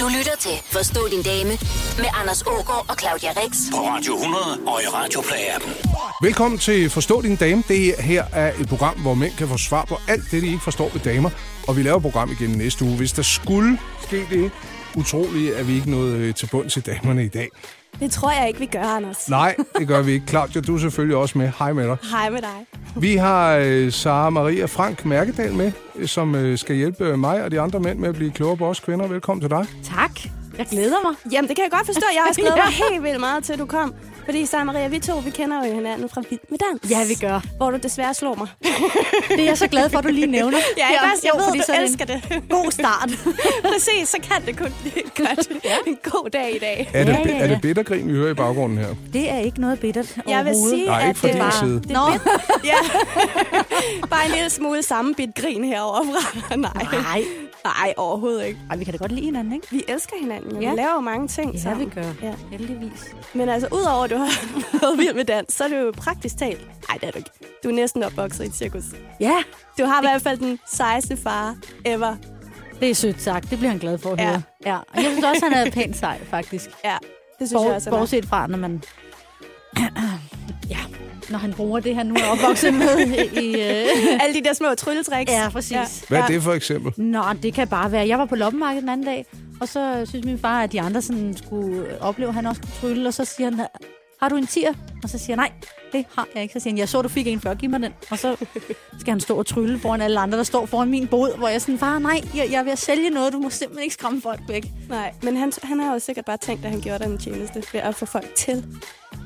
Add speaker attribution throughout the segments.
Speaker 1: Du lytter til Forstå din dame med Anders Ågaard og Claudia Rex.
Speaker 2: På Radio 100 og i Radioplay-appen.
Speaker 3: Velkommen til Forstå din dame. Det her er et program, hvor mænd kan få svar på alt det, de ikke forstår ved damer. Og vi laver et program igen næste uge, hvis der skulle ske det. Utroligt, at vi ikke nåede øh, til bunds i damerne i dag.
Speaker 4: Det tror jeg ikke, vi gør, Anders.
Speaker 3: Nej, det gør vi ikke. Claudia, du er selvfølgelig også med. Hej med dig.
Speaker 4: Hej med dig.
Speaker 3: Vi har øh, Sara Maria Frank Mærkedal med, øh, som øh, skal hjælpe mig og de andre mænd med at blive klogere på os kvinder. Velkommen til dig.
Speaker 5: Tak. Jeg glæder mig.
Speaker 4: Jamen, det kan jeg godt forstå. Jeg har også glædet
Speaker 5: Ja.
Speaker 4: mig helt vildt meget til, at du kom. Fordi Sara Maria, vi to, vi kender jo hinanden fra Vild med Dans.
Speaker 5: Ja, vi gør.
Speaker 4: Hvor du desværre slår mig.
Speaker 5: Det er jeg så glad for, at du lige nævner.
Speaker 4: Ja, jeg, jeg, jeg
Speaker 5: jo,
Speaker 4: ved,
Speaker 5: fordi
Speaker 4: du
Speaker 5: så er det
Speaker 4: elsker det.
Speaker 5: en God start.
Speaker 4: Præcis, så kan det kun blive godt. ja. En god dag i dag.
Speaker 3: Er det,
Speaker 5: Ja, ja,
Speaker 3: er
Speaker 5: ja.
Speaker 3: det bittergrin, vi hører i baggrunden her?
Speaker 5: Det er ikke noget bittert
Speaker 4: Jeg vil sige,
Speaker 3: Nej, ikke
Speaker 4: at
Speaker 3: fra
Speaker 4: det
Speaker 3: din
Speaker 4: var...
Speaker 3: side.
Speaker 5: Nå,
Speaker 4: Ja. Bare en lille smule sammenbidt grin herovre fra. Nej.
Speaker 5: nej.
Speaker 4: Nej, overhovedet ikke.
Speaker 5: Ej, vi kan da godt lide hinanden, ikke?
Speaker 4: Vi elsker hinanden. Ja.
Speaker 5: Ja.
Speaker 4: Vi laver jo mange ting sammen. Ja.
Speaker 5: Heldigvis.
Speaker 4: Men altså, udover at du har været vild med dans, så er du jo praktisk talt... Nej, det er du ikke. Du er næsten opvokset i et cirkus.
Speaker 5: Ja,
Speaker 4: Du har i hvert fald den sejeste far ever.
Speaker 5: det er sødt sagt. Det bliver han glad for at
Speaker 4: Ja.
Speaker 5: høre. Ja. Og Jeg synes også, han er pænt sej, faktisk.
Speaker 4: Ja, det synes jeg
Speaker 5: Bor,
Speaker 4: også, han er.
Speaker 5: bortset fra, når man... ja, når han bruger det, han nu er opvokset med i... Øh...
Speaker 4: Alle de der små trylletricks.
Speaker 5: Ja, præcis.
Speaker 3: Hvad er det for eksempel?
Speaker 5: Nå, det kan bare være. Jeg var på loppemarkedet den anden dag, og så øh, synes min far, at de andre sådan skulle øh, opleve, at han også skulle trylle, og så siger han, har du en tier? Og så siger jeg, nej, det har jeg ikke. Så siger han, jeg så, du fik en før, giv mig den. Og så skal han stå og trylle foran alle andre, der står foran min bod, hvor jeg sådan, far, nej, jeg, jeg er ved at sælge noget, du må simpelthen ikke skræmme folk væk.
Speaker 4: Nej, men han, han har jo sikkert bare tænkt, at han gjorde dig en tjeneste ved at få folk til.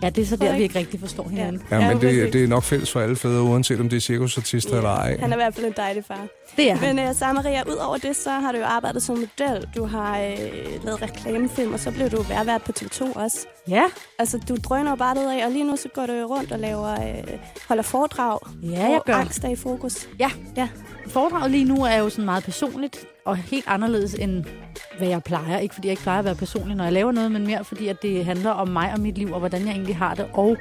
Speaker 5: Ja, det er så
Speaker 4: Frederik.
Speaker 5: der, vi ikke rigtig forstår hinanden. Ja.
Speaker 3: Ja, men
Speaker 4: præcis.
Speaker 3: det, det er nok fælles for alle fædre, uanset om det er cirkusartister eller ej.
Speaker 4: Han er i hvert fald en dejlig far.
Speaker 5: Det er han.
Speaker 4: Men uh, Sarah Maria, ud over det, så har du jo arbejdet som model. Du har øh, lavet reklamefilm, og så blev du værvært på TV2 også.
Speaker 5: Ja,
Speaker 4: Altså, du drøner jo bare af, og lige nu så går du jo rundt og laver, øh, holder foredrag.
Speaker 5: Ja,
Speaker 4: hvor
Speaker 5: jeg gør.
Speaker 4: angst er i fokus.
Speaker 5: ja.
Speaker 4: Ja,
Speaker 5: Foredraget lige nu er jo sådan meget personligt, og helt anderledes end hvad jeg plejer. Ikke fordi jeg ikke plejer at være personlig, når jeg laver noget, men mere fordi, at det handler om mig og mit liv, og hvordan jeg egentlig har det. Og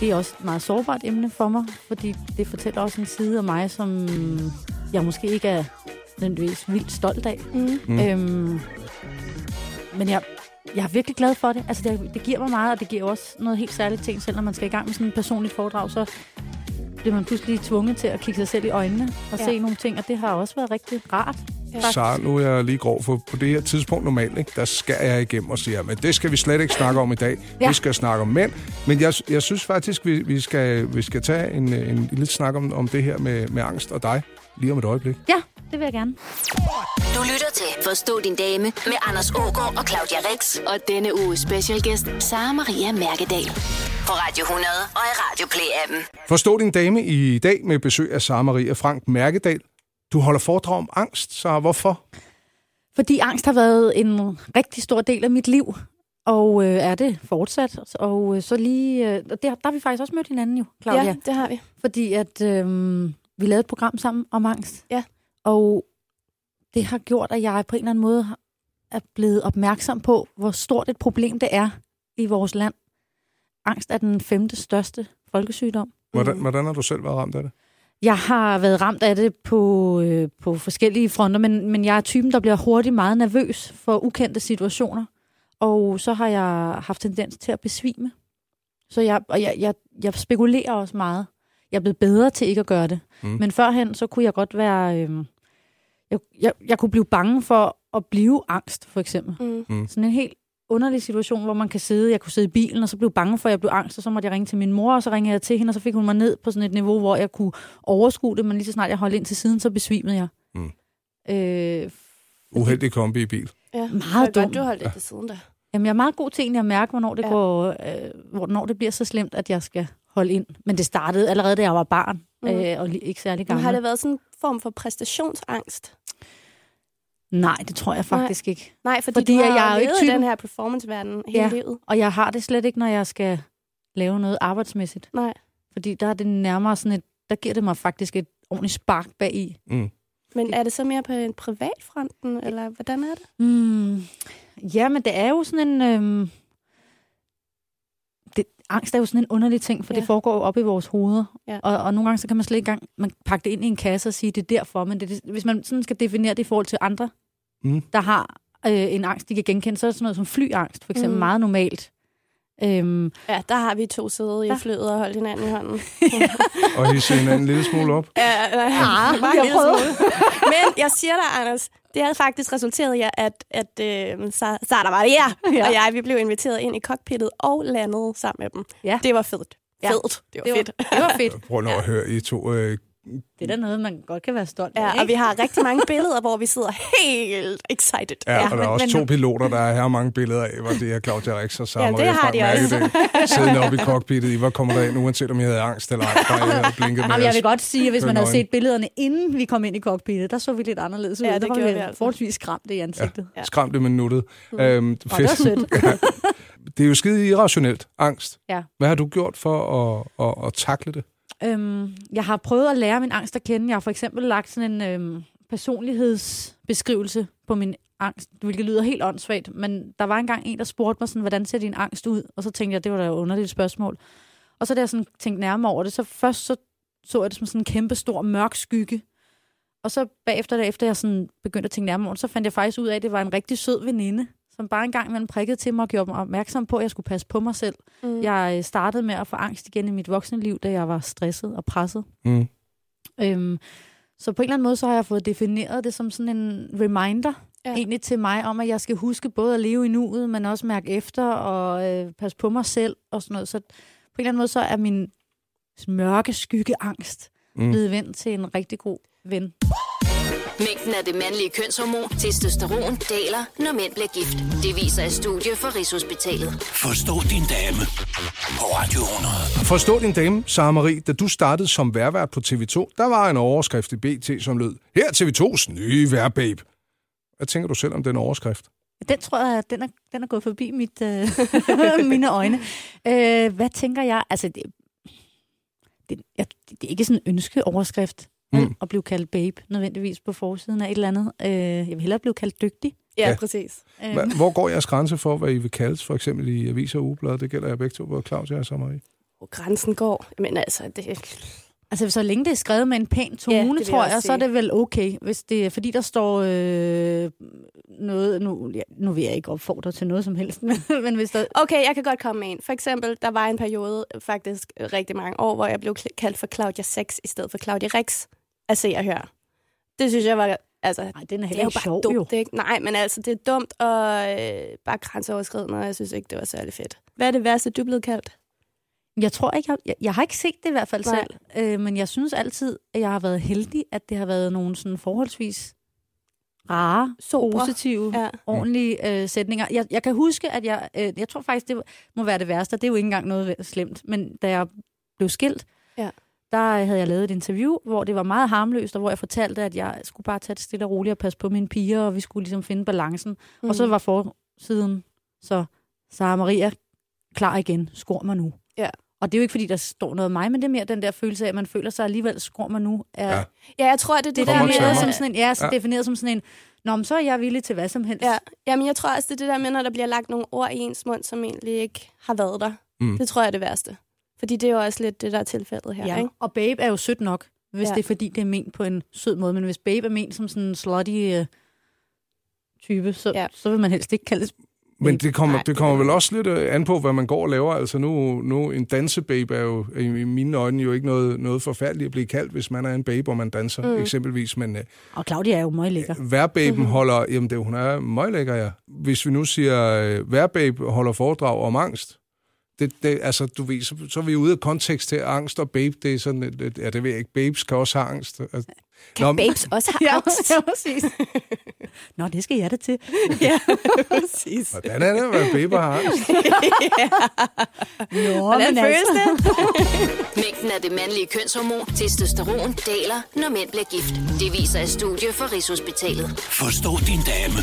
Speaker 5: det er også et meget sårbart emne for mig, fordi det fortæller også en side af mig, som jeg måske ikke er nødvendigvis vildt stolt af.
Speaker 4: Mm.
Speaker 5: Mm. Øhm, men jeg, jeg er virkelig glad for det. Altså, det, det giver mig meget, og det giver også noget helt særligt ting, selv når man skal i gang med sådan et personligt foredrag, så bliver man pludselig tvunget til at kigge sig selv i øjnene og
Speaker 4: Ja.
Speaker 5: ja. se nogle ting, og det har også været rigtig rart. faktisk.
Speaker 3: Så nu er jeg lige grov, for på det her tidspunkt normalt, ikke, der skal jeg igennem og sige, men det skal vi slet ikke snakke om i dag. Ja.
Speaker 5: Ja.
Speaker 3: Vi skal snakke om mænd. Men jeg, jeg synes faktisk, vi, vi, skal, vi skal tage en, en lidt snak om, om det her med, med angst og dig lige om et øjeblik.
Speaker 5: Ja, det vil jeg gerne.
Speaker 1: Du lytter til Forstå din dame med Anders Ågaard og Claudia Rex. Og denne uges specialgæst, Sara Maria Mærkedal. På Radio 100 og i Radio Play-appen.
Speaker 3: Forstå din dame i dag med besøg af Sara Maria Frank Mærkedal. Du holder foredrag om angst, så hvorfor?
Speaker 5: Fordi angst har været en rigtig stor del af mit liv, og øh, er det fortsat. Og øh, så lige, øh, og der, der har vi faktisk også mødt hinanden jo, Claudia.
Speaker 4: ja det har vi.
Speaker 5: fordi at øh, vi lavede et program sammen om angst.
Speaker 4: Ja.
Speaker 5: Og det har gjort, at jeg på en eller anden måde er blevet opmærksom på, hvor stort et problem det er i vores land. Angst er den femte største folkesygdom.
Speaker 3: Hvordan, hvordan har du selv været ramt af det?
Speaker 5: Jeg har været ramt af det på, øh, på forskellige fronter, men, men jeg er typen, der bliver hurtigt meget nervøs for ukendte situationer. Og så har jeg haft tendens til at besvime. Så jeg, og jeg, jeg, jeg spekulerer også meget. Jeg er blevet bedre til ikke at gøre det.
Speaker 3: Mm.
Speaker 5: Mm. Men førhen, så kunne jeg godt være... Øh, jeg, jeg, jeg kunne blive bange for at blive angst, for eksempel.
Speaker 4: Mm.
Speaker 5: Sådan en helt underlig situation, hvor man kan sidde, jeg kunne sidde i bilen, og så blev bange for, at jeg blev angst, og så måtte jeg ringe til min mor, og så ringede jeg til hende, og så fik hun mig ned på sådan et niveau, hvor jeg kunne overskue det, men lige så snart jeg holdt ind til siden, så besvimede jeg.
Speaker 3: Mm.
Speaker 5: Øh,
Speaker 3: Uheldig kombi i bil.
Speaker 4: Ja.
Speaker 5: Meget
Speaker 4: det var
Speaker 5: dum.
Speaker 4: godt, du holdt det til siden der.
Speaker 5: jamen, jeg er meget god til egentlig at mærke, hvornår det,
Speaker 4: Ja.
Speaker 5: ja. går, øh, hvornår det bliver så slemt, at jeg skal holde ind. Men det startede allerede, da jeg var barn,
Speaker 4: Mm.
Speaker 5: mm. øh, og li- ikke særlig
Speaker 4: Men
Speaker 5: gammel.
Speaker 4: har det været sådan en form for præstationsangst?
Speaker 5: Nej, det tror jeg faktisk Nej. ikke.
Speaker 4: Nej, fordi,
Speaker 5: Fordi
Speaker 4: du har
Speaker 5: jeg er jo ikke
Speaker 4: levet i
Speaker 5: typen-
Speaker 4: den her performanceverden hele
Speaker 5: Ja.
Speaker 4: livet.
Speaker 5: Og jeg har det slet ikke, når jeg skal lave noget arbejdsmæssigt.
Speaker 4: Nej.
Speaker 5: Fordi der er det nærmere sådan et, der giver det mig faktisk et ordentligt spark bag i.
Speaker 3: Mm.
Speaker 4: Men er det så mere på en privatfronten, eller hvordan er det?
Speaker 5: Mm, ja, men det er jo sådan en... Øhm, det, angst er jo sådan en underlig ting, for ja.
Speaker 4: Ja.
Speaker 5: det foregår jo op i vores hoveder.
Speaker 4: Ja.
Speaker 5: Og, og nogle gange, så kan man slet ikke engang man kan pakke det ind i en kasse og sige, det er derfor. Men det, det, hvis man sådan skal definere det i forhold til andre,
Speaker 3: Mm.
Speaker 5: der har øh, en angst, de kan genkende, så er det sådan noget som flyangst, for eksempel,
Speaker 4: Mm.
Speaker 5: mm. meget normalt. Øhm,
Speaker 4: Ja, der har vi to sæder i
Speaker 5: Ja.
Speaker 4: flyet og holdt hinanden i hånden.
Speaker 3: Og hisse hinanden en lille smule op.
Speaker 4: Ja, nej,
Speaker 5: Ah,
Speaker 4: bare
Speaker 5: jeg
Speaker 4: en lille
Speaker 5: prøvede.
Speaker 4: smule. Men jeg siger dig, Anders, det havde faktisk resulteret i, at, at øh, Sa- Sara Maria ja.
Speaker 5: Ja.
Speaker 4: og jeg, vi blev inviteret ind i cockpittet og landede sammen med dem.
Speaker 5: Ja.
Speaker 4: Det var fedt.
Speaker 5: Ja.
Speaker 4: Fedt. Det var
Speaker 5: det, var,
Speaker 4: fedt.
Speaker 5: det var fedt.
Speaker 3: Prøv nu at høre, I to øh,
Speaker 5: Det er da noget, man godt kan være stolt af.
Speaker 4: Ja, og
Speaker 5: ikke?
Speaker 4: vi har rigtig mange billeder, hvor vi sidder helt excited.
Speaker 3: Ja, ja, og der er
Speaker 5: men-
Speaker 3: også
Speaker 5: men-
Speaker 3: to piloter, der er her mange billeder af, hvor det er Claudia Rix og Samuel.
Speaker 4: Ja, det har de
Speaker 3: Siddende oppe i cockpittet, I var kommet derind, uanset om I havde angst eller ej, bare I havde blinket med
Speaker 5: Jamen, jeg
Speaker 3: jeres-
Speaker 5: vil godt sige, at hvis
Speaker 3: med
Speaker 5: man havde
Speaker 3: nøglen.
Speaker 5: set billederne, inden vi kom ind i cockpittet, der så vi lidt anderledes ud.
Speaker 4: Ja,
Speaker 5: Der
Speaker 4: det
Speaker 5: var
Speaker 4: gjorde
Speaker 5: vi
Speaker 4: vi altså.
Speaker 5: forholdsvis skræmt i ansigtet. Ja.
Speaker 3: Skræmte, men nuttet. Mm. Øhm,
Speaker 5: Og det var sødt.
Speaker 3: det er jo skide irrationelt, angst.
Speaker 5: Ja.
Speaker 3: Hvad har du gjort for at, at, at takle det?
Speaker 5: Øhm, jeg har prøvet at lære min angst at kende. Jeg har for eksempel lagt sådan en øhm, personlighedsbeskrivelse på min angst, hvilket lyder helt åndssvagt, men der var engang en, der spurgte mig sådan, hvordan ser din angst ud? Og så tænkte jeg, det var da et underligt spørgsmål. Og så da jeg sådan tænkte nærmere over det, så først så, så jeg det som sådan en kæmpe stor mørk skygge. Og så bagefter, derefter jeg sådan begyndte at tænke nærmere over det, så fandt jeg faktisk ud af, at det var en rigtig sød veninde, som bare en gang imellem prikkede til mig og gjorde mig opmærksom på, at jeg skulle passe på mig selv.
Speaker 4: Mm.
Speaker 5: Jeg øh, startede med at få angst igen i mit voksne liv, da jeg var stresset og presset.
Speaker 3: Mm.
Speaker 5: Øhm, så på en eller anden måde, så har jeg fået defineret det som sådan en reminder,
Speaker 4: Ja.
Speaker 5: ja. egentlig til mig, om at jeg skal huske både at leve i nuet, men også mærke efter og øh, passe på mig selv og sådan noget. Så på en eller anden måde, så er min mørke skyggeangst
Speaker 3: Mm.
Speaker 5: mm. blevet vendt til en rigtig god ven.
Speaker 1: Mængden af det mandlige kønshormon testosteron daler, når mænd bliver gift. Det viser et studie fra Rigshospitalet.
Speaker 2: Forstå din dame på Radio 100.
Speaker 3: Forstå din dame, Sara Marie, da du startede som værvært på TV2, der var en overskrift i BT, som lød, her er TV2's nye værbabe. Hvad tænker du selv om den overskrift?
Speaker 5: Den tror jeg, den er, den er gået forbi mit, øh, mine øjne. Øh, hvad tænker jeg? Altså, det, det, jeg, det er ikke sådan en ønskeoverskrift
Speaker 3: Mm.
Speaker 5: mm. at blive kaldt babe, nødvendigvis på forsiden af et eller andet. Øh, jeg vil hellere blive kaldt dygtig.
Speaker 4: Ja,
Speaker 3: Ja.
Speaker 4: præcis.
Speaker 5: Øh,
Speaker 3: Hva- Hvor går jeres grænse for, hvad I vil kaldes, for eksempel i aviser og ugeblade? Det gælder jeg begge to, både Claus og Sara Marie.
Speaker 4: Hvor grænsen går. Men altså, det,
Speaker 5: altså, så længe det er skrevet med en pæn
Speaker 4: Ja, det
Speaker 5: tone,
Speaker 4: vil
Speaker 5: ja,
Speaker 4: jeg
Speaker 5: tror
Speaker 4: også
Speaker 5: jeg, så er
Speaker 4: sige.
Speaker 5: det vel okay. Hvis det er, fordi der står øh, noget... Nu, ja, nu vil jeg ikke opfordre til noget som helst, men, men hvis der...
Speaker 4: Okay, jeg kan godt komme med en. For eksempel, der var en periode, faktisk rigtig mange år, hvor jeg blev kl- kaldt for Claudia 6 i stedet for Claudia Rex af Se og Hør. Det synes jeg var... Altså,
Speaker 5: Nej, den er
Speaker 4: det er
Speaker 5: heller
Speaker 4: jo
Speaker 5: ikke
Speaker 4: bare
Speaker 5: sjov,
Speaker 4: dumt,
Speaker 5: jo.
Speaker 4: ikke? Nej, men altså, det er dumt og øh, bare grænseoverskridende, og jeg synes ikke, det var særlig fedt. Hvad er det værste, du er blevet kaldt?
Speaker 5: Jeg tror ikke, jeg, jeg, jeg har ikke set det i hvert fald
Speaker 4: Nej.
Speaker 5: Nej. selv, øh, men jeg synes altid, at jeg har været heldig, at det har været nogle sådan forholdsvis rare,
Speaker 4: Sobre.
Speaker 5: positive,
Speaker 4: Ja.
Speaker 5: ja. ordentlige øh, sætninger. Jeg, jeg kan huske, at jeg, øh, jeg tror faktisk, det må være det værste, og det er jo ikke engang noget slemt, men da jeg blev skilt,
Speaker 4: Ja.
Speaker 5: der øh, havde jeg lavet et interview, hvor det var meget harmløst, og hvor jeg fortalte, at jeg skulle bare tage det stille og roligt og passe på mine piger, og vi skulle ligesom finde balancen. Mm. Og så var forsiden så Sara Maria klar igen, skor mig nu.
Speaker 4: Ja.
Speaker 5: Og det er jo ikke, fordi der står noget af mig, men det er mere den der følelse af, at man føler sig alligevel skor mig nu. Er,
Speaker 3: Ja.
Speaker 5: ja.
Speaker 4: Ja, jeg tror, det er det,
Speaker 5: Det
Speaker 3: Kommer
Speaker 4: der
Speaker 5: der er
Speaker 3: til mig.
Speaker 5: mere
Speaker 4: med...
Speaker 5: som sådan en, ja, så
Speaker 3: Ja.
Speaker 5: ja. defineret som sådan en, Nå, men så er jeg villig til hvad som helst.
Speaker 4: Ja, jamen, jeg tror også, det er det der med, når der bliver lagt nogle ord i ens mund, som egentlig ikke har været der.
Speaker 3: Mm.
Speaker 4: Mm. Det tror jeg er det værste. Fordi det er jo også lidt det, der er tilfældet her, ja. ikke?
Speaker 5: Og babe er jo sødt nok, hvis
Speaker 4: Ja.
Speaker 5: ja. det er fordi, det er ment på en sød måde. Men hvis babe er ment som sådan en slutty øh, type, så,
Speaker 4: Ja.
Speaker 5: ja. så vil man helst ikke kaldes
Speaker 3: Men det kommer,
Speaker 4: Nej,
Speaker 3: det kommer vel også lidt øh, an på, hvad man går og laver. Altså nu, nu en dansebabe er jo i i mine øjne jo ikke noget, noget forfærdeligt at blive kaldt, hvis man er en babe, og man danser mm. eksempelvis. Men øh,
Speaker 5: Og Claudia er jo meget lækker.
Speaker 3: værbaben mm-hmm. holder, jamen det, hun er møglækker, ja. Hvis vi nu siger, øh, værbabe holder foredrag om angst, det, det, altså, du ved, så, så er vi ude af kontekst her. Angst og babe, det er sådan, et- et- ja, det ved jeg ikke, babes kan også have angst. Altså, Nå, men-
Speaker 4: Babes også har angst.
Speaker 5: ja, præcis. Nå, det skal jeg da til.
Speaker 4: ja, præcis.
Speaker 3: Hvordan er det at være babe og have angst?
Speaker 5: Jo,
Speaker 4: Hvordan
Speaker 5: altså-
Speaker 4: føles det?
Speaker 1: Mængden af det mandlige kønshormon testosteron daler, når mænd bliver gift. Det viser et studie fra Rigshospitalet.
Speaker 2: Forstå din dame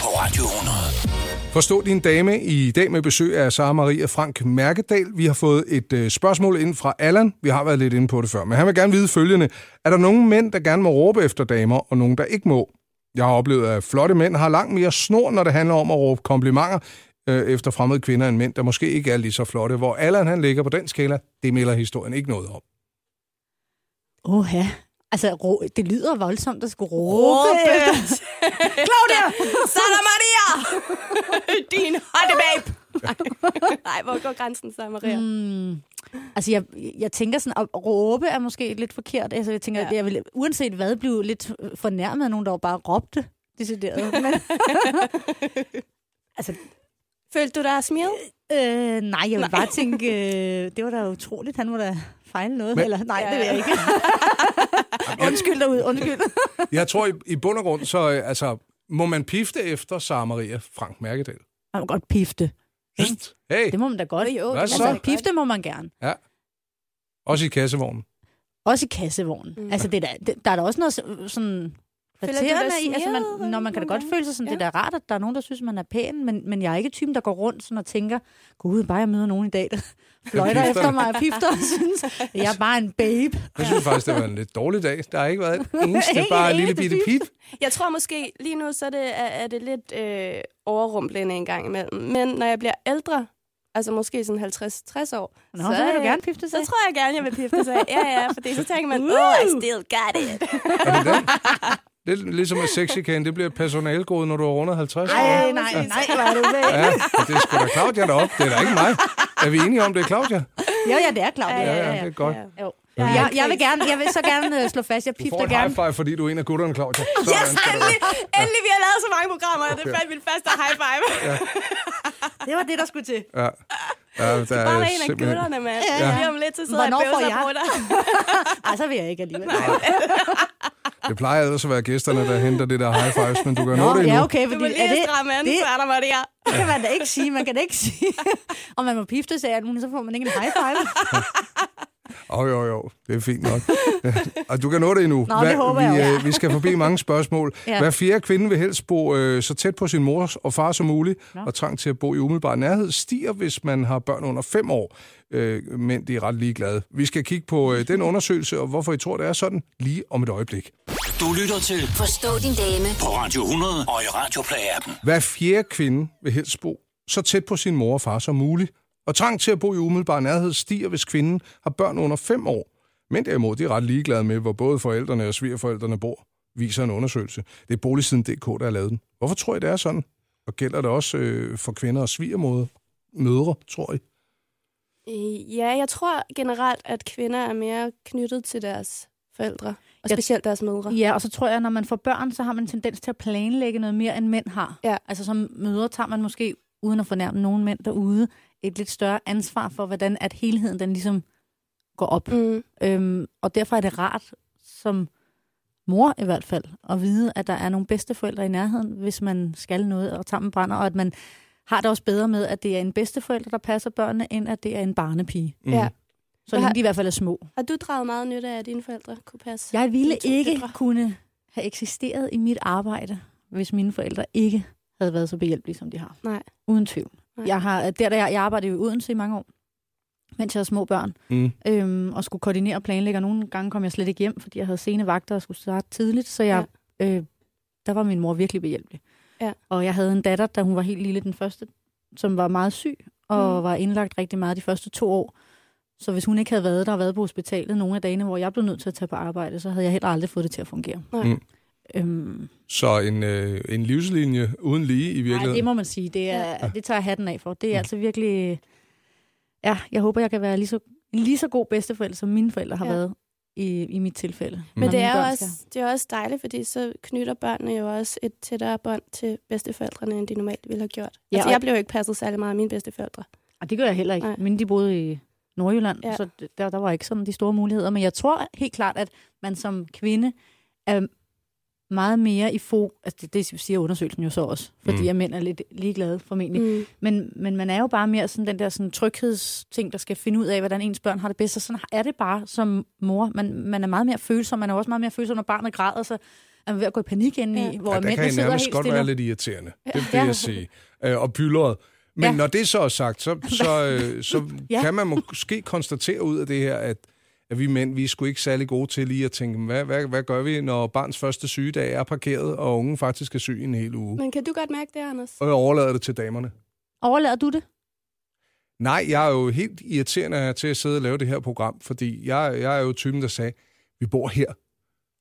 Speaker 2: på Radio 100.
Speaker 3: Forstå din dame i dag med besøg af Sara Marie og Frank Mærkedal. Vi har fået et øh, spørgsmål ind fra Allan. Vi har været lidt inde på det før, men han vil gerne vide følgende. Er der nogen mænd, der gerne må råbe efter damer, og nogen, der ikke må? Jeg har oplevet, at flotte mænd har langt mere snor, når det handler om at råbe komplimenter øh, efter fremmede kvinder end mænd, der måske ikke er lige så flotte. Hvor Allan han ligger på den skala, det melder historien ikke noget om.
Speaker 5: Åh, ja. Altså, rå, det lyder voldsomt at skulle råbe.
Speaker 4: Claudia! Sara Maria! Din hotte babe! Nej, hvor går grænsen så, Maria? Mm.
Speaker 5: Altså, jeg, jeg tænker sådan, at råbe er måske lidt forkert. Altså, jeg tænker,
Speaker 4: Ja.
Speaker 5: ja. jeg vil uanset hvad blive lidt fornærmet af nogen, der bare råbte decideret. Men, altså,
Speaker 4: Følte du dig smidt?
Speaker 5: øh, nej, jeg vil bare tænke, øh, det var da utroligt, han må da fejle noget.
Speaker 3: Men-
Speaker 5: Men, eller, nej,
Speaker 4: Ja.
Speaker 5: det vil jeg ikke. undskyld derude, undskyld.
Speaker 3: Jeg tror, i, i bund og grund, så øh, altså, må man pifte efter Sara Maria Frank Mærkedal.
Speaker 5: Man må godt pifte.
Speaker 3: Just. Hey,
Speaker 5: Det må man da godt.
Speaker 4: Jo,
Speaker 3: Hvad så?
Speaker 4: det må
Speaker 5: Altså,
Speaker 4: jeg godt.
Speaker 5: pifte må man gerne.
Speaker 3: også i kassevognen.
Speaker 5: Også i kassevognen.
Speaker 4: Mm.
Speaker 5: Mm. Altså, det er da, det, der er da også noget så- sådan...
Speaker 4: Føler du dig
Speaker 5: flatterende i. Altså,
Speaker 4: generet,
Speaker 5: man, når man kan da
Speaker 4: nogle
Speaker 5: godt
Speaker 4: gange?
Speaker 5: føle sig sådan, ja. det er da rart, at der er nogen, der synes, man er pæn, men, men jeg er ikke typen, der går rundt sådan og tænker, gud, bare jeg møder nogen i dag, der fløjter
Speaker 3: pifter.
Speaker 5: efter mig og pifter og synes, at jeg er bare en babe.
Speaker 3: Jeg synes faktisk, det var en lidt dårlig dag. Der har ikke været en eneste,
Speaker 5: Ikke
Speaker 3: bare en
Speaker 5: en
Speaker 3: lille
Speaker 5: eneste
Speaker 3: bitte pip.
Speaker 5: pip.
Speaker 4: Jeg tror måske, lige nu så er det, er, er det lidt øh, overrumplende en gang imellem. Men når jeg bliver ældre, altså måske sådan 50-60 år,
Speaker 5: Nå, så, så vil du
Speaker 4: øh,
Speaker 5: gerne pifte sig.
Speaker 4: så tror jeg gerne, jeg vil pifte sig. Ja, ja, fordi så tænker man,
Speaker 5: Uh!
Speaker 4: oh, I still got it.
Speaker 3: Er det den? Det er ligesom at sexikane, det bliver et personalgode, når du er rundet 50 år.
Speaker 5: Ej, nej, nej, nej, hvor er det ubehageligt.
Speaker 3: Ja, og det er sgu da Claudia deroppe. Det er da ikke mig. Er vi enige om, det er Claudia?
Speaker 5: Jo, ja, det er klart.
Speaker 3: Ja, ja, det er godt.
Speaker 4: Ja.
Speaker 5: Jo. Jeg, jeg, vil gerne, jeg vil så gerne øh, slå fast, jeg
Speaker 3: Du får
Speaker 5: pifter
Speaker 3: en
Speaker 5: gerne.
Speaker 3: high five, fordi du er en af gutterne, Claudia.
Speaker 4: Yes, endelig, endelig, vi har lavet så mange programmer, og det fandt min første high five.
Speaker 5: Det var det, der skulle til.
Speaker 3: Ja. Ja, der
Speaker 4: Bare
Speaker 3: er
Speaker 4: være en af
Speaker 3: simpelthen...
Speaker 4: gutterne, mand.
Speaker 5: Ja,
Speaker 4: Ja.
Speaker 5: ja.
Speaker 4: Lige om lidt, så sidder
Speaker 5: Hvornår
Speaker 4: jeg og
Speaker 5: får
Speaker 4: bøvser
Speaker 5: jeg?
Speaker 4: på dig.
Speaker 5: Ej, så vil jeg ikke alligevel.
Speaker 3: Det plejer ellers at være gæsterne, der henter det der high fives, men du kan nå
Speaker 5: Nå,
Speaker 3: det endnu.
Speaker 5: ja, okay,
Speaker 4: Du
Speaker 5: fordi
Speaker 4: må
Speaker 5: er
Speaker 4: lige
Speaker 5: det,
Speaker 4: stramme an,
Speaker 5: det,
Speaker 4: så er der Maria.
Speaker 5: Det kan man da ikke sige. Man kan da ikke sige. og man må pifte sig af alt muligt, så får man ikke en high five.
Speaker 3: Jo, jo, jo. Det er fint nok. og du kan nå det endnu.
Speaker 5: Nå, det håber jeg
Speaker 3: vi, øh,
Speaker 5: jo.
Speaker 3: vi skal forbi mange spørgsmål. ja.
Speaker 5: Ja.
Speaker 3: Hver fjerde kvinde vil helst bo øh, så tæt på sin mor og far som muligt, Nå. og trang til at bo i umiddelbar nærhed stiger, hvis man har børn under fem år. Øh, men det er ret ligeglade. Vi skal kigge på øh, den undersøgelse, og hvorfor I tror, det er sådan, lige om et øjeblik.
Speaker 2: Du lytter til
Speaker 1: Forstå din dame
Speaker 2: på Radio 100 og i Radioplay-appen.
Speaker 3: Hver fjerde kvinde vil helst bo så tæt på sin mor og far som muligt, og trang til at bo i umiddelbar nærhed stiger, hvis kvinden har børn under 5 år. Men derimod, de er ret ligeglade med, hvor både forældrene og svigerforældrene bor, viser en undersøgelse. Det er Boligsiden.dk, der har lavet den. Hvorfor tror I, det er sådan? Og gælder det også øh, for kvinder og svigermødre, mødre, tror I?
Speaker 4: Øh, Ja, jeg tror generelt, at kvinder er mere knyttet til deres forældre. Og
Speaker 5: Jeg-
Speaker 4: specielt deres mødre.
Speaker 5: Ja, og så tror jeg, at når man får børn, så har man en tendens til at planlægge noget mere, end mænd har.
Speaker 4: Ja.
Speaker 5: Altså som møder tager man måske, uden at fornærme nogen mænd derude, et lidt større ansvar for, hvordan at helheden den ligesom går op.
Speaker 4: Mm.
Speaker 5: Øhm, og derfor er det rart, som mor i hvert fald, at vide, at der er nogle bedsteforældre i nærheden, hvis man skal noget, og sammen brænder, og at man har det også bedre med, at det er en bedsteforælder, der passer børnene, end at det er en barnepige.
Speaker 3: Mm.
Speaker 4: Ja.
Speaker 5: Så
Speaker 4: Jeg har-
Speaker 5: længe de i hvert fald er små.
Speaker 4: Har du draget meget nytte af, at dine forældre kunne passe?
Speaker 5: Jeg ville
Speaker 4: dine to
Speaker 5: ikke
Speaker 4: døtre?
Speaker 5: kunne have eksisteret i mit arbejde, hvis mine forældre ikke havde været så behjælpelige, som de har.
Speaker 4: Nej.
Speaker 5: Uden tvivl.
Speaker 4: Nej.
Speaker 5: Jeg, har, der, der, jeg arbejdede i Odense i mange år, mens jeg havde små børn,
Speaker 3: Mm.
Speaker 5: øhm, og skulle koordinere og planlægge, og nogle gange kom jeg slet ikke hjem, fordi jeg havde sene vagter og skulle starte tidligt, så jeg, ja. øh, der var min mor virkelig behjælpelig.
Speaker 4: Ja.
Speaker 5: Og jeg havde en datter, da hun var helt lille, den første, som var meget syg, og
Speaker 4: Mm.
Speaker 5: mm. var indlagt rigtig meget de første to år. Så hvis hun ikke havde været der og været på hospitalet nogle af dagene, hvor jeg blev nødt til at tage på arbejde, så havde jeg heller aldrig fået det til at fungere.
Speaker 4: Nej.
Speaker 3: Mm.
Speaker 5: Øhm,
Speaker 3: Så en, øh, en livslinje uden lige i
Speaker 5: nej, det
Speaker 3: virkeligheden. Mm.
Speaker 5: må man sige. Det, er, det tager jeg hatten af for. Det er altså virkelig... Ja, jeg håber, jeg kan være lige så, en lige så god bedsteforælder, som mine forældre har
Speaker 4: Ja.
Speaker 5: ja. været i, i mit tilfælde. når
Speaker 4: Men det
Speaker 5: mine
Speaker 4: er, jo
Speaker 5: børn
Speaker 4: også,
Speaker 5: skal.
Speaker 4: det er også dejligt, fordi så knytter børnene jo også et tættere bånd til bedsteforældrene, end de normalt ville have gjort. Ja,
Speaker 5: Ja,
Speaker 4: altså,
Speaker 5: og-
Speaker 4: jeg blev jo ikke passet særlig meget af mine bedsteforældre.
Speaker 5: Og det gør jeg heller ikke.
Speaker 4: Nej.
Speaker 5: Nej. Men de boede i Nordjylland,
Speaker 4: Ja.
Speaker 5: ja. så d- der, der var ikke sådan de store muligheder. Men jeg tror helt klart, at man som kvinde er meget mere i fokus. Altså det, det siger undersøgelsen jo så også, fordi
Speaker 3: Mm.
Speaker 5: mm. at mænd er lidt ligeglade formentlig. Mm.
Speaker 4: Mm.
Speaker 5: Men, men man er jo bare mere sådan den der sådan, tryghedsting, der skal finde ud af, hvordan ens børn har det bedst. Og sådan er det bare som mor. Man, man er meget mere følsom. Man er også meget mere følsom, når barnet græder, så er man ved at gå i panik ind i,
Speaker 4: Ja.
Speaker 5: ja. hvor
Speaker 3: Ja, der
Speaker 5: ja,
Speaker 3: kan
Speaker 5: mændene
Speaker 3: jeg
Speaker 5: sidder helt
Speaker 3: nærmest godt
Speaker 5: stille.
Speaker 3: være lidt irriterende. Det vil
Speaker 5: Ja.
Speaker 3: jeg sige. Øh, og pyldret. Men ja.
Speaker 5: Ja.
Speaker 3: når det så er sagt, så, så, øh, så ja.
Speaker 5: Ja.
Speaker 3: kan man måske konstatere ud af det her, at, at vi mænd, vi er sgu ikke særlig gode til lige at tænke, hvad, hvad, hvad gør vi, når barns første sygedag er parkeret, og ungen faktisk er syg i en hel uge?
Speaker 4: Men kan du godt mærke det, Anders?
Speaker 3: Og jeg overlader det til damerne.
Speaker 5: Overlader du det?
Speaker 3: Nej, jeg er jo helt irriterende til at sidde og lave det her program, fordi jeg, jeg er jo typen, der sagde, vi bor her.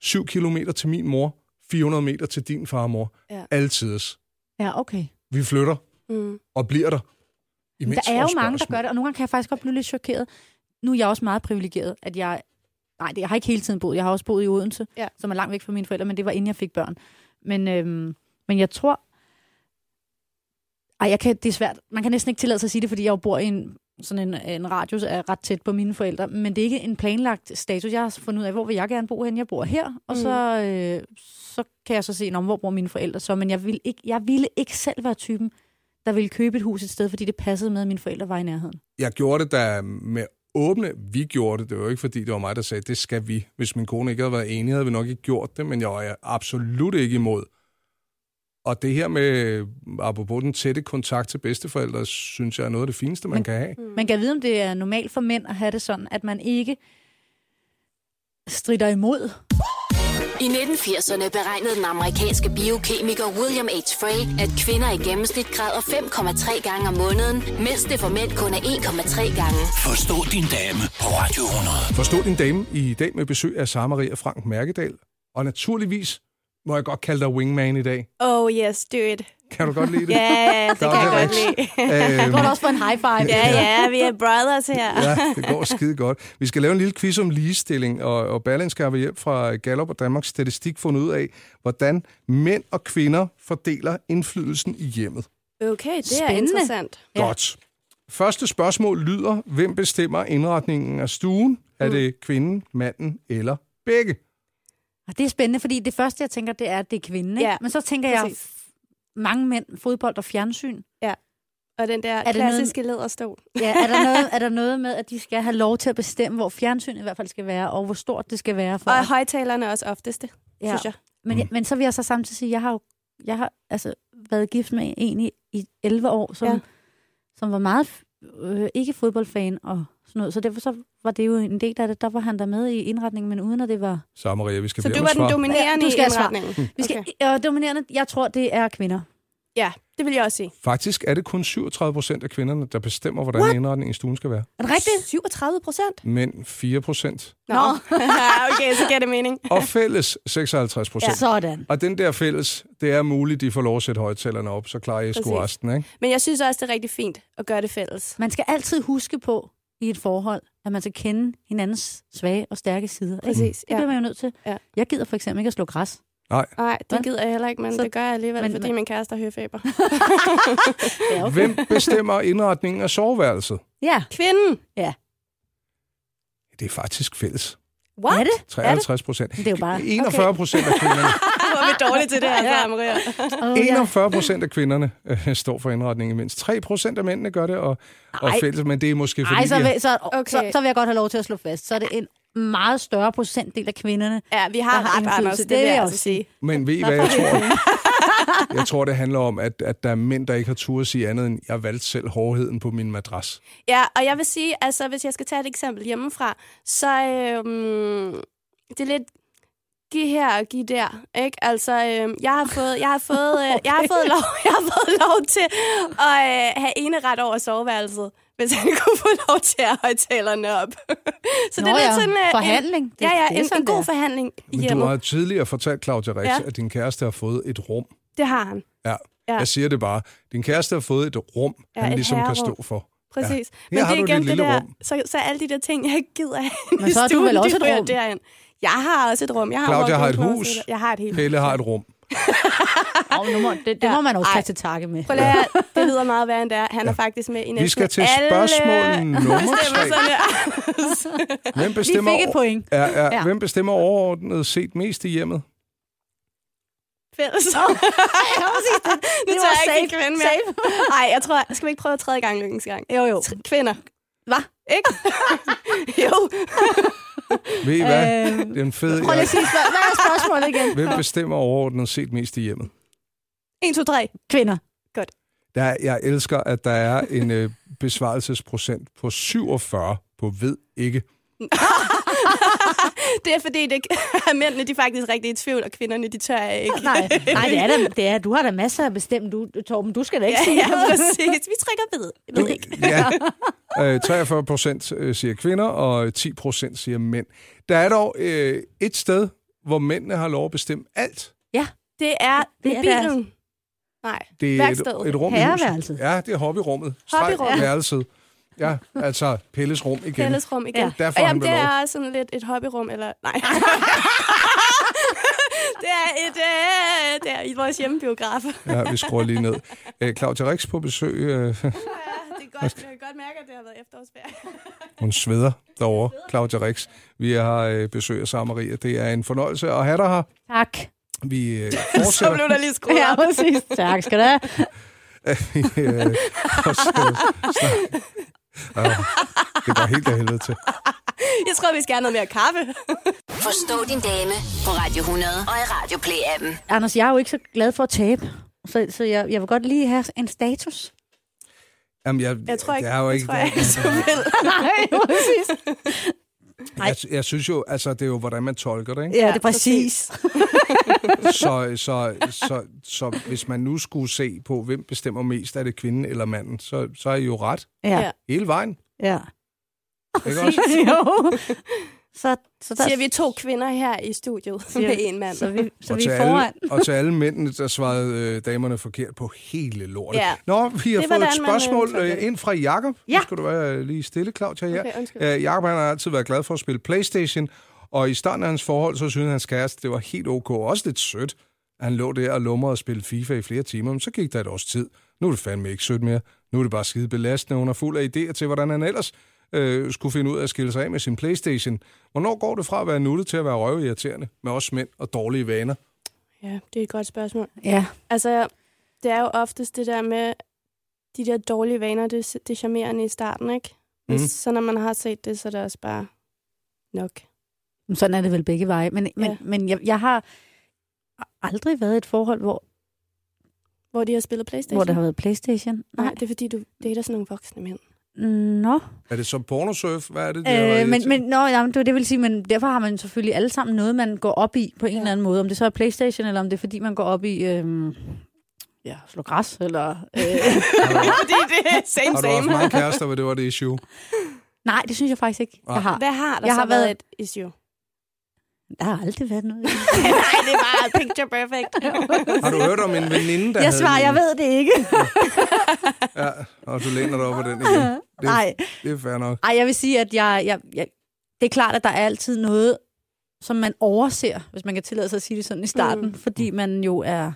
Speaker 3: 7 kilometer til min mor, 400 meter til din far og mor.
Speaker 4: Ja.
Speaker 3: Altides.
Speaker 5: Ja, okay.
Speaker 3: Vi flytter.
Speaker 4: Mm.
Speaker 3: og bliver der.
Speaker 5: Imens der er jo mange, der gør det, og nogle gange kan jeg faktisk godt blive lidt chokeret. Nu er jeg også meget privilegeret, at jeg... Nej, det, jeg har ikke hele tiden boet. Jeg har også boet i Odense,
Speaker 4: Ja.
Speaker 5: ja. som er langt væk fra mine forældre, men det var inden jeg fik børn. Men, øhm, men jeg tror... Ej, jeg kan, det er svært. Man kan næsten ikke tillade sig at sige det, fordi jeg jo bor i en, sådan en, en radius er ret tæt på mine forældre. Men det er ikke en planlagt status. Jeg har fundet ud af, hvor vil jeg gerne bo hen. Jeg bor her, og
Speaker 4: Mm.
Speaker 5: mm. så, øh, så kan jeg så se, "Nå, hvor bor mine forældre så. Men jeg ville ikke, jeg ville ikke selv være typen, der ville købe et hus et sted, fordi det passede med, at mine forældre var i nærheden.
Speaker 3: Jeg gjorde det da med åbne, vi gjorde det. Det var jo ikke, fordi det var mig, der sagde, det skal vi. Hvis min kone ikke havde været enig, havde vi nok ikke gjort det, men jeg var absolut ikke imod. Og det her med, apropos den tætte kontakt til bedsteforældre, synes jeg er noget af det fineste, man
Speaker 5: Men-
Speaker 3: kan have.
Speaker 5: Man kan vide, om det er normalt for mænd at have det sådan, at man ikke strider imod.
Speaker 1: I 1980'erne beregnede den amerikanske biokemiker William H. Frey, at kvinder i gennemsnit græder 5,3 gange om måneden, mens det for mænd kun er 1,3 gange.
Speaker 2: Forstå din dame på Radio 100.
Speaker 3: Forstå din dame i dag med besøg af Sara Maria Frank Mærkedal. Og naturligvis må jeg godt kalde dig wingman i dag.
Speaker 4: Oh yes, do it.
Speaker 3: Kan du godt lide det?
Speaker 4: Ja, yeah, det
Speaker 3: Der
Speaker 4: kan
Speaker 3: er
Speaker 4: jeg godt
Speaker 3: Rex.
Speaker 4: lide.
Speaker 5: Du
Speaker 3: Øhm,
Speaker 5: kan også få en high five.
Speaker 4: Ja, ja, vi er brothers her.
Speaker 3: ja, det går skide godt. Vi skal lave en lille quiz om ligestilling, og, og Berlingske har ved hjælp fra Gallup og Danmarks Statistik fundet ud af, hvordan mænd og kvinder fordeler indflydelsen i hjemmet.
Speaker 4: Okay, det er
Speaker 5: Spændende.
Speaker 4: interessant.
Speaker 5: Ja.
Speaker 3: Godt. Første spørgsmål lyder, hvem bestemmer indretningen af stuen? Er det kvinden, manden eller begge?
Speaker 5: Og det er spændende, fordi det første, jeg tænker, det er, at det er kvinden. Ikke?
Speaker 4: Ja,
Speaker 5: Men så tænker jeg,
Speaker 4: præcis.
Speaker 5: f- mange mænd, fodbold og fjernsyn.
Speaker 4: Og den der
Speaker 5: det noget-
Speaker 4: klassiske læderstol.
Speaker 5: Ja, er, der noget, er der noget med, at de skal have lov til at bestemme, hvor fjernsynet i hvert fald skal være, og hvor stort det skal være? For
Speaker 4: Og
Speaker 5: at-
Speaker 4: højtalerne også ofteste, ja. synes jeg.
Speaker 5: Men, mm. men så vil jeg så samtidig sige, at jeg har jo jeg har, altså, været gift med en i, i 11 år, som,
Speaker 4: Ja.
Speaker 5: ja. som var meget øh, ikke fodboldfan og sådan noget. Så derfor så var det jo en del af det. Der var han der med i indretningen, men uden at det var...
Speaker 3: Så Maria, vi skal
Speaker 4: Så
Speaker 3: bede
Speaker 4: du
Speaker 3: om
Speaker 4: var
Speaker 3: et
Speaker 4: den
Speaker 3: svar.
Speaker 4: dominerende
Speaker 5: Ja, du skal
Speaker 4: i
Speaker 5: have svar.
Speaker 4: indretningen.
Speaker 5: Vi skal,
Speaker 4: Okay.
Speaker 5: okay. øh, dominerende, jeg tror, det er kvinder.
Speaker 4: Ja, det vil jeg også sige.
Speaker 3: Faktisk er det kun 37 procent af kvinderne, der bestemmer, hvordan What? indretningen i stuen skal være.
Speaker 5: Er det rigtigt?
Speaker 4: 37 procent?
Speaker 3: Mænd 4 procent.
Speaker 4: Nå. okay, så giver det mening.
Speaker 3: Og fælles 56 procent.
Speaker 5: Ja. Sådan.
Speaker 3: Og den der fælles, det er muligt, de får lov at sætte højtalerne op, så klarer jeg sgu
Speaker 4: Præcis.
Speaker 3: resten, ikke?
Speaker 4: Men jeg synes også, det er rigtig fint at gøre det fælles.
Speaker 5: Man skal altid huske på i et forhold, at man skal kende hinandens svage og stærke sider. ikke?
Speaker 4: Præcis,
Speaker 5: Det
Speaker 4: ja.
Speaker 5: bliver man jo nødt til.
Speaker 4: Ja.
Speaker 5: Jeg gider for eksempel ikke at slå græs.
Speaker 3: Nej.
Speaker 4: Nej, det gider jeg heller ikke, men så,
Speaker 5: Så-
Speaker 4: det gør jeg alligevel, men,
Speaker 5: men-
Speaker 4: fordi
Speaker 5: men-
Speaker 4: min kæreste har høfeber.
Speaker 5: Ja, okay.
Speaker 3: Hvem bestemmer indretningen af soveværelset?
Speaker 5: Ja.
Speaker 4: Kvinden!
Speaker 3: Det er faktisk fælles.
Speaker 5: What? Er det? Er det?
Speaker 3: 53 procent.
Speaker 5: Det er jo bare...
Speaker 3: 41 procent af kvinderne,
Speaker 4: Hvor er vi dårlige til det her, ja. Maria.
Speaker 5: Åh, Oh, ja.
Speaker 3: 41 procent af kvinderne øh, står for indretningen, mens 3 procent af mændene gør det, og, og
Speaker 5: Ej.
Speaker 3: fælles, men det er måske fordi...
Speaker 5: Ej, så
Speaker 3: ja,
Speaker 5: vil, så,
Speaker 4: Okay.
Speaker 5: okay. så, så vil jeg godt have lov til at slå fast. Så er det en meget større procentdel af kvinderne.
Speaker 4: Ja, vi har
Speaker 5: Der har
Speaker 4: ret,
Speaker 5: indflydelse,
Speaker 4: Anders. Det,
Speaker 5: det
Speaker 4: vil
Speaker 5: vil
Speaker 4: jeg
Speaker 5: jeg
Speaker 4: altså
Speaker 5: også
Speaker 4: sige.
Speaker 3: men ved I, hvad jeg tror? Jeg tror, det handler om, at, at der er mænd, der ikke har tur at sige andet end, jeg valgte selv hårdheden på min madras.
Speaker 4: Ja, og jeg vil sige, altså hvis jeg skal tage et eksempel hjemmefra, så øhm, det er lidt giv her og giv der, ikke? Altså, øhm, jeg har fået, jeg har fået, øh, jeg har fået lov, jeg har fået lov til at øh, have ene ret over soveværelset, hvis han kunne få lov til at have højtalerne op. så det er
Speaker 5: Nå
Speaker 4: lidt
Speaker 5: ja,
Speaker 4: sådan øh,
Speaker 5: forhandling.
Speaker 4: En,
Speaker 5: Det-
Speaker 4: ja, ja,
Speaker 5: det er
Speaker 4: en,
Speaker 5: sådan,
Speaker 4: en god
Speaker 5: det er.
Speaker 4: forhandling
Speaker 3: Men du
Speaker 4: hjemme.
Speaker 3: har tidligere fortalt, Claudia Rex,
Speaker 4: Ja.
Speaker 3: ja. at din kæreste har fået et rum.
Speaker 4: Det har han.
Speaker 3: Ja.
Speaker 4: Ja.
Speaker 3: ja, jeg siger det bare. Din kæreste har fået et rum,
Speaker 4: Ja,
Speaker 3: ja, han
Speaker 4: et
Speaker 3: ligesom kan
Speaker 4: herrerum.
Speaker 3: stå for.
Speaker 4: Præcis. Ja.
Speaker 3: Her har du dit lille
Speaker 4: der,
Speaker 3: rum.
Speaker 4: så, så alle de der ting, jeg ikke gider have
Speaker 5: Men
Speaker 4: i
Speaker 5: så har du
Speaker 4: stuen,
Speaker 5: vel også
Speaker 4: de
Speaker 5: et
Speaker 4: ryger
Speaker 5: rum?
Speaker 4: Derind. Jeg har også et rum. Jeg har
Speaker 3: Claudia har et
Speaker 4: walk-in
Speaker 3: hus.
Speaker 4: closet. Jeg har et helt
Speaker 3: Pelle har et rum.
Speaker 5: Og nu må, det, det
Speaker 4: Ja.
Speaker 5: ja. må man også
Speaker 4: Ej.
Speaker 5: tage til takke med.
Speaker 4: Prøv lige at høre, det lyder meget værre end det er. Han er faktisk med i næsten
Speaker 3: Vi skal til
Speaker 4: alle
Speaker 3: spørgsmål nummer tre.
Speaker 4: bestemmelserne.
Speaker 3: Hvem
Speaker 5: Vi
Speaker 3: bestemmer,
Speaker 5: fik et point.
Speaker 3: Ja, ja.
Speaker 5: Ja.
Speaker 3: Hvem bestemmer overordnet set mest i hjemmet?
Speaker 4: Fælles.
Speaker 5: Ja, præcis. Det,
Speaker 4: Nu
Speaker 5: det
Speaker 4: tager
Speaker 5: var
Speaker 4: jeg ikke en
Speaker 5: safe.
Speaker 4: kvinde mere.
Speaker 5: Safe.
Speaker 4: Nej, jeg tror, skal vi ikke prøve tredje gang lykkens gang?
Speaker 5: Jo, jo.
Speaker 4: Tr- Kvinder.
Speaker 5: Hvad?
Speaker 4: Ikke? jo.
Speaker 3: Ved I hvad?
Speaker 5: Øhm,
Speaker 3: Det er en fed...
Speaker 5: Prøv lige at
Speaker 3: Jeg...
Speaker 5: sige, hvad, hvad er spørgsmålet igen?
Speaker 3: Hvem bestemmer overordnet set mest i hjemmet?
Speaker 4: 1, 2, 3.
Speaker 5: Kvinder.
Speaker 3: Der, er- jeg elsker, at der er en øh, besvarelsesprocent på 47 på ved ikke.
Speaker 4: Det er fordi, det, mændene de er faktisk rigtig i tvivl, og kvinderne de tør ikke.
Speaker 5: Nej, nej det, er da, det er, du har da masser at bestemme, du, Torben. Du skal da ikke
Speaker 4: Ja,
Speaker 5: sige
Speaker 4: ja,
Speaker 5: noget.
Speaker 4: præcis. Vi trykker ved.
Speaker 3: Du, ja. Øh, 43 procent øh, siger kvinder, og 10 procent siger mænd. Der er dog øh, et sted, hvor mændene har lov at bestemme alt.
Speaker 4: Det er
Speaker 5: Det
Speaker 4: det
Speaker 5: er
Speaker 4: bilen. Nej,
Speaker 3: Det er
Speaker 4: værkstedet.
Speaker 3: et, et rum i
Speaker 5: Herreværelset.
Speaker 3: huset. Ja, det er hobbyrummet.
Speaker 4: Hobbyrummet.
Speaker 3: Streg værelset. Ja, altså Pelles rum igen.
Speaker 4: Fællesrum igen.
Speaker 5: Ja.
Speaker 4: Ja.
Speaker 3: Der får
Speaker 4: og
Speaker 3: han
Speaker 4: jamen,
Speaker 3: vel
Speaker 4: det er sådan lidt et hobbyrum, eller... Nej. det er et... Øh, det er i vores hjemmebiograf.
Speaker 3: Ja, vi skruer lige ned. Øh, Claudia Rix på besøg. Øh,
Speaker 4: det er godt, jeg kan godt mærke, at det har været efterårsferie.
Speaker 3: hun sveder derovre, Claudia Rix. Vi har øh, besøg af Sara Maria. Det er en fornøjelse at have dig her.
Speaker 5: Tak.
Speaker 3: Vi øh,
Speaker 4: Så
Speaker 3: fortsætter.
Speaker 4: blev der lige skruet
Speaker 5: Ja,
Speaker 4: op.
Speaker 5: præcis. Tak skal du have.
Speaker 3: øh, fortsætter snak. Ja, det går helt af helvede til.
Speaker 4: Jeg tror, vi skal have noget mere kaffe.
Speaker 1: Forstå din dame på Radio 100 og i Radio Play-appen.
Speaker 5: Anders, jeg er jo ikke så glad for at tabe. Så, så jeg, jeg vil godt lige have en status.
Speaker 3: Jamen, jeg,
Speaker 4: Jeg tror ikke,
Speaker 3: det er jo
Speaker 4: det
Speaker 3: ikke,
Speaker 4: tror jeg ikke så vel.
Speaker 5: Nej, præcis.
Speaker 3: jeg, jeg synes jo, altså, det er jo, hvordan man tolker det, ikke?
Speaker 5: Ja, det er præcis.
Speaker 3: så, så, så, så hvis man nu skulle se på, hvem bestemmer mest, er det kvinden eller manden, så, så er I jo ret
Speaker 5: Ja,
Speaker 4: Ja.
Speaker 3: hele vejen.
Speaker 5: ja.
Speaker 3: Ikke også?
Speaker 5: jo. Så, så der
Speaker 4: Siger vi to kvinder her i studiet
Speaker 5: siger-
Speaker 4: med en mand.
Speaker 5: Så vi, så
Speaker 3: og,
Speaker 5: vi
Speaker 3: til
Speaker 5: er foran.
Speaker 3: alle, og til alle mændene, der svarede øh, damerne forkert på hele lortet.
Speaker 4: Ja.
Speaker 3: Nå, vi har
Speaker 4: Det er,
Speaker 3: fået et
Speaker 4: hvordan man, øh,
Speaker 3: spørgsmål
Speaker 4: tolker
Speaker 3: øh,
Speaker 4: det.
Speaker 3: ind fra Jakob.
Speaker 5: Ja.
Speaker 3: Nu skal du være øh, lige stille, Claudia. her.
Speaker 4: Okay, undskyld.
Speaker 3: Øh, Jakob han har altid været glad for at spille Playstation, og i starten af hans forhold, så synes hans kæreste, det var helt ok, og også lidt sødt. Han lå der og lumrede og spillede FIFA i flere timer, men så gik der et års tid. Nu er det fandme ikke sødt mere. Nu er det bare skide belastende. Hun er fuld af idéer til, hvordan han ellers øh, skulle finde ud af at skille sig af med sin Playstation. Hvornår går det fra at være nuttet til at være røvirriterende med os mænd og dårlige vaner?
Speaker 4: Ja, det er et godt spørgsmål.
Speaker 5: Ja,
Speaker 4: Altså, det er jo oftest det der med, de der dårlige vaner, det, det er charmerende i starten, ikke? Mm.
Speaker 3: Mhm.
Speaker 4: Så når man har set det, så er det også bare nok.
Speaker 5: Men sådan er det vel begge veje. Men, men,
Speaker 4: Ja.
Speaker 5: men jeg, jeg har aldrig været i et forhold, hvor,
Speaker 4: Hvor de har spillet Playstation?
Speaker 5: hvor der har været Playstation.
Speaker 4: Nej, det er fordi, du dater sådan nogle voksne mænd.
Speaker 5: Nå.
Speaker 3: Er det så pornosurf? Hvad er det? de har været
Speaker 5: Øh, men,
Speaker 3: irriterende?
Speaker 5: men, nå, jamen, det, var det jeg ville sige, men derfor har man selvfølgelig alle sammen noget, man går op i på en ja.
Speaker 4: Ja.
Speaker 5: eller anden måde. Om det så er Playstation, eller om det er fordi, man går op i... Øh, ja, slå græs, eller... Øh,
Speaker 4: fordi det er same,
Speaker 3: Har du haft mange kærester, hvor det var det issue?
Speaker 5: nej, det synes jeg faktisk ikke,
Speaker 3: Nej.
Speaker 5: jeg har.
Speaker 4: Hvad har der
Speaker 5: Jeg
Speaker 4: så
Speaker 5: har
Speaker 4: været
Speaker 5: været-
Speaker 4: et issue?
Speaker 5: Der har aldrig været noget.
Speaker 4: Nej, det var picture perfect.
Speaker 3: Har du hørt om en veninde, der
Speaker 5: jeg
Speaker 3: havde
Speaker 5: svarer,
Speaker 3: en-
Speaker 5: jeg ved det ikke.
Speaker 3: Ja, og du læner dig op af den igen. Det,
Speaker 5: Nej.
Speaker 3: Det er fair nok.
Speaker 5: Ej, jeg vil sige, at jeg, jeg, jeg, det er klart, at der er altid noget, som man overser, hvis man kan tillade sig at sige det sådan i starten, mm. fordi man jo er,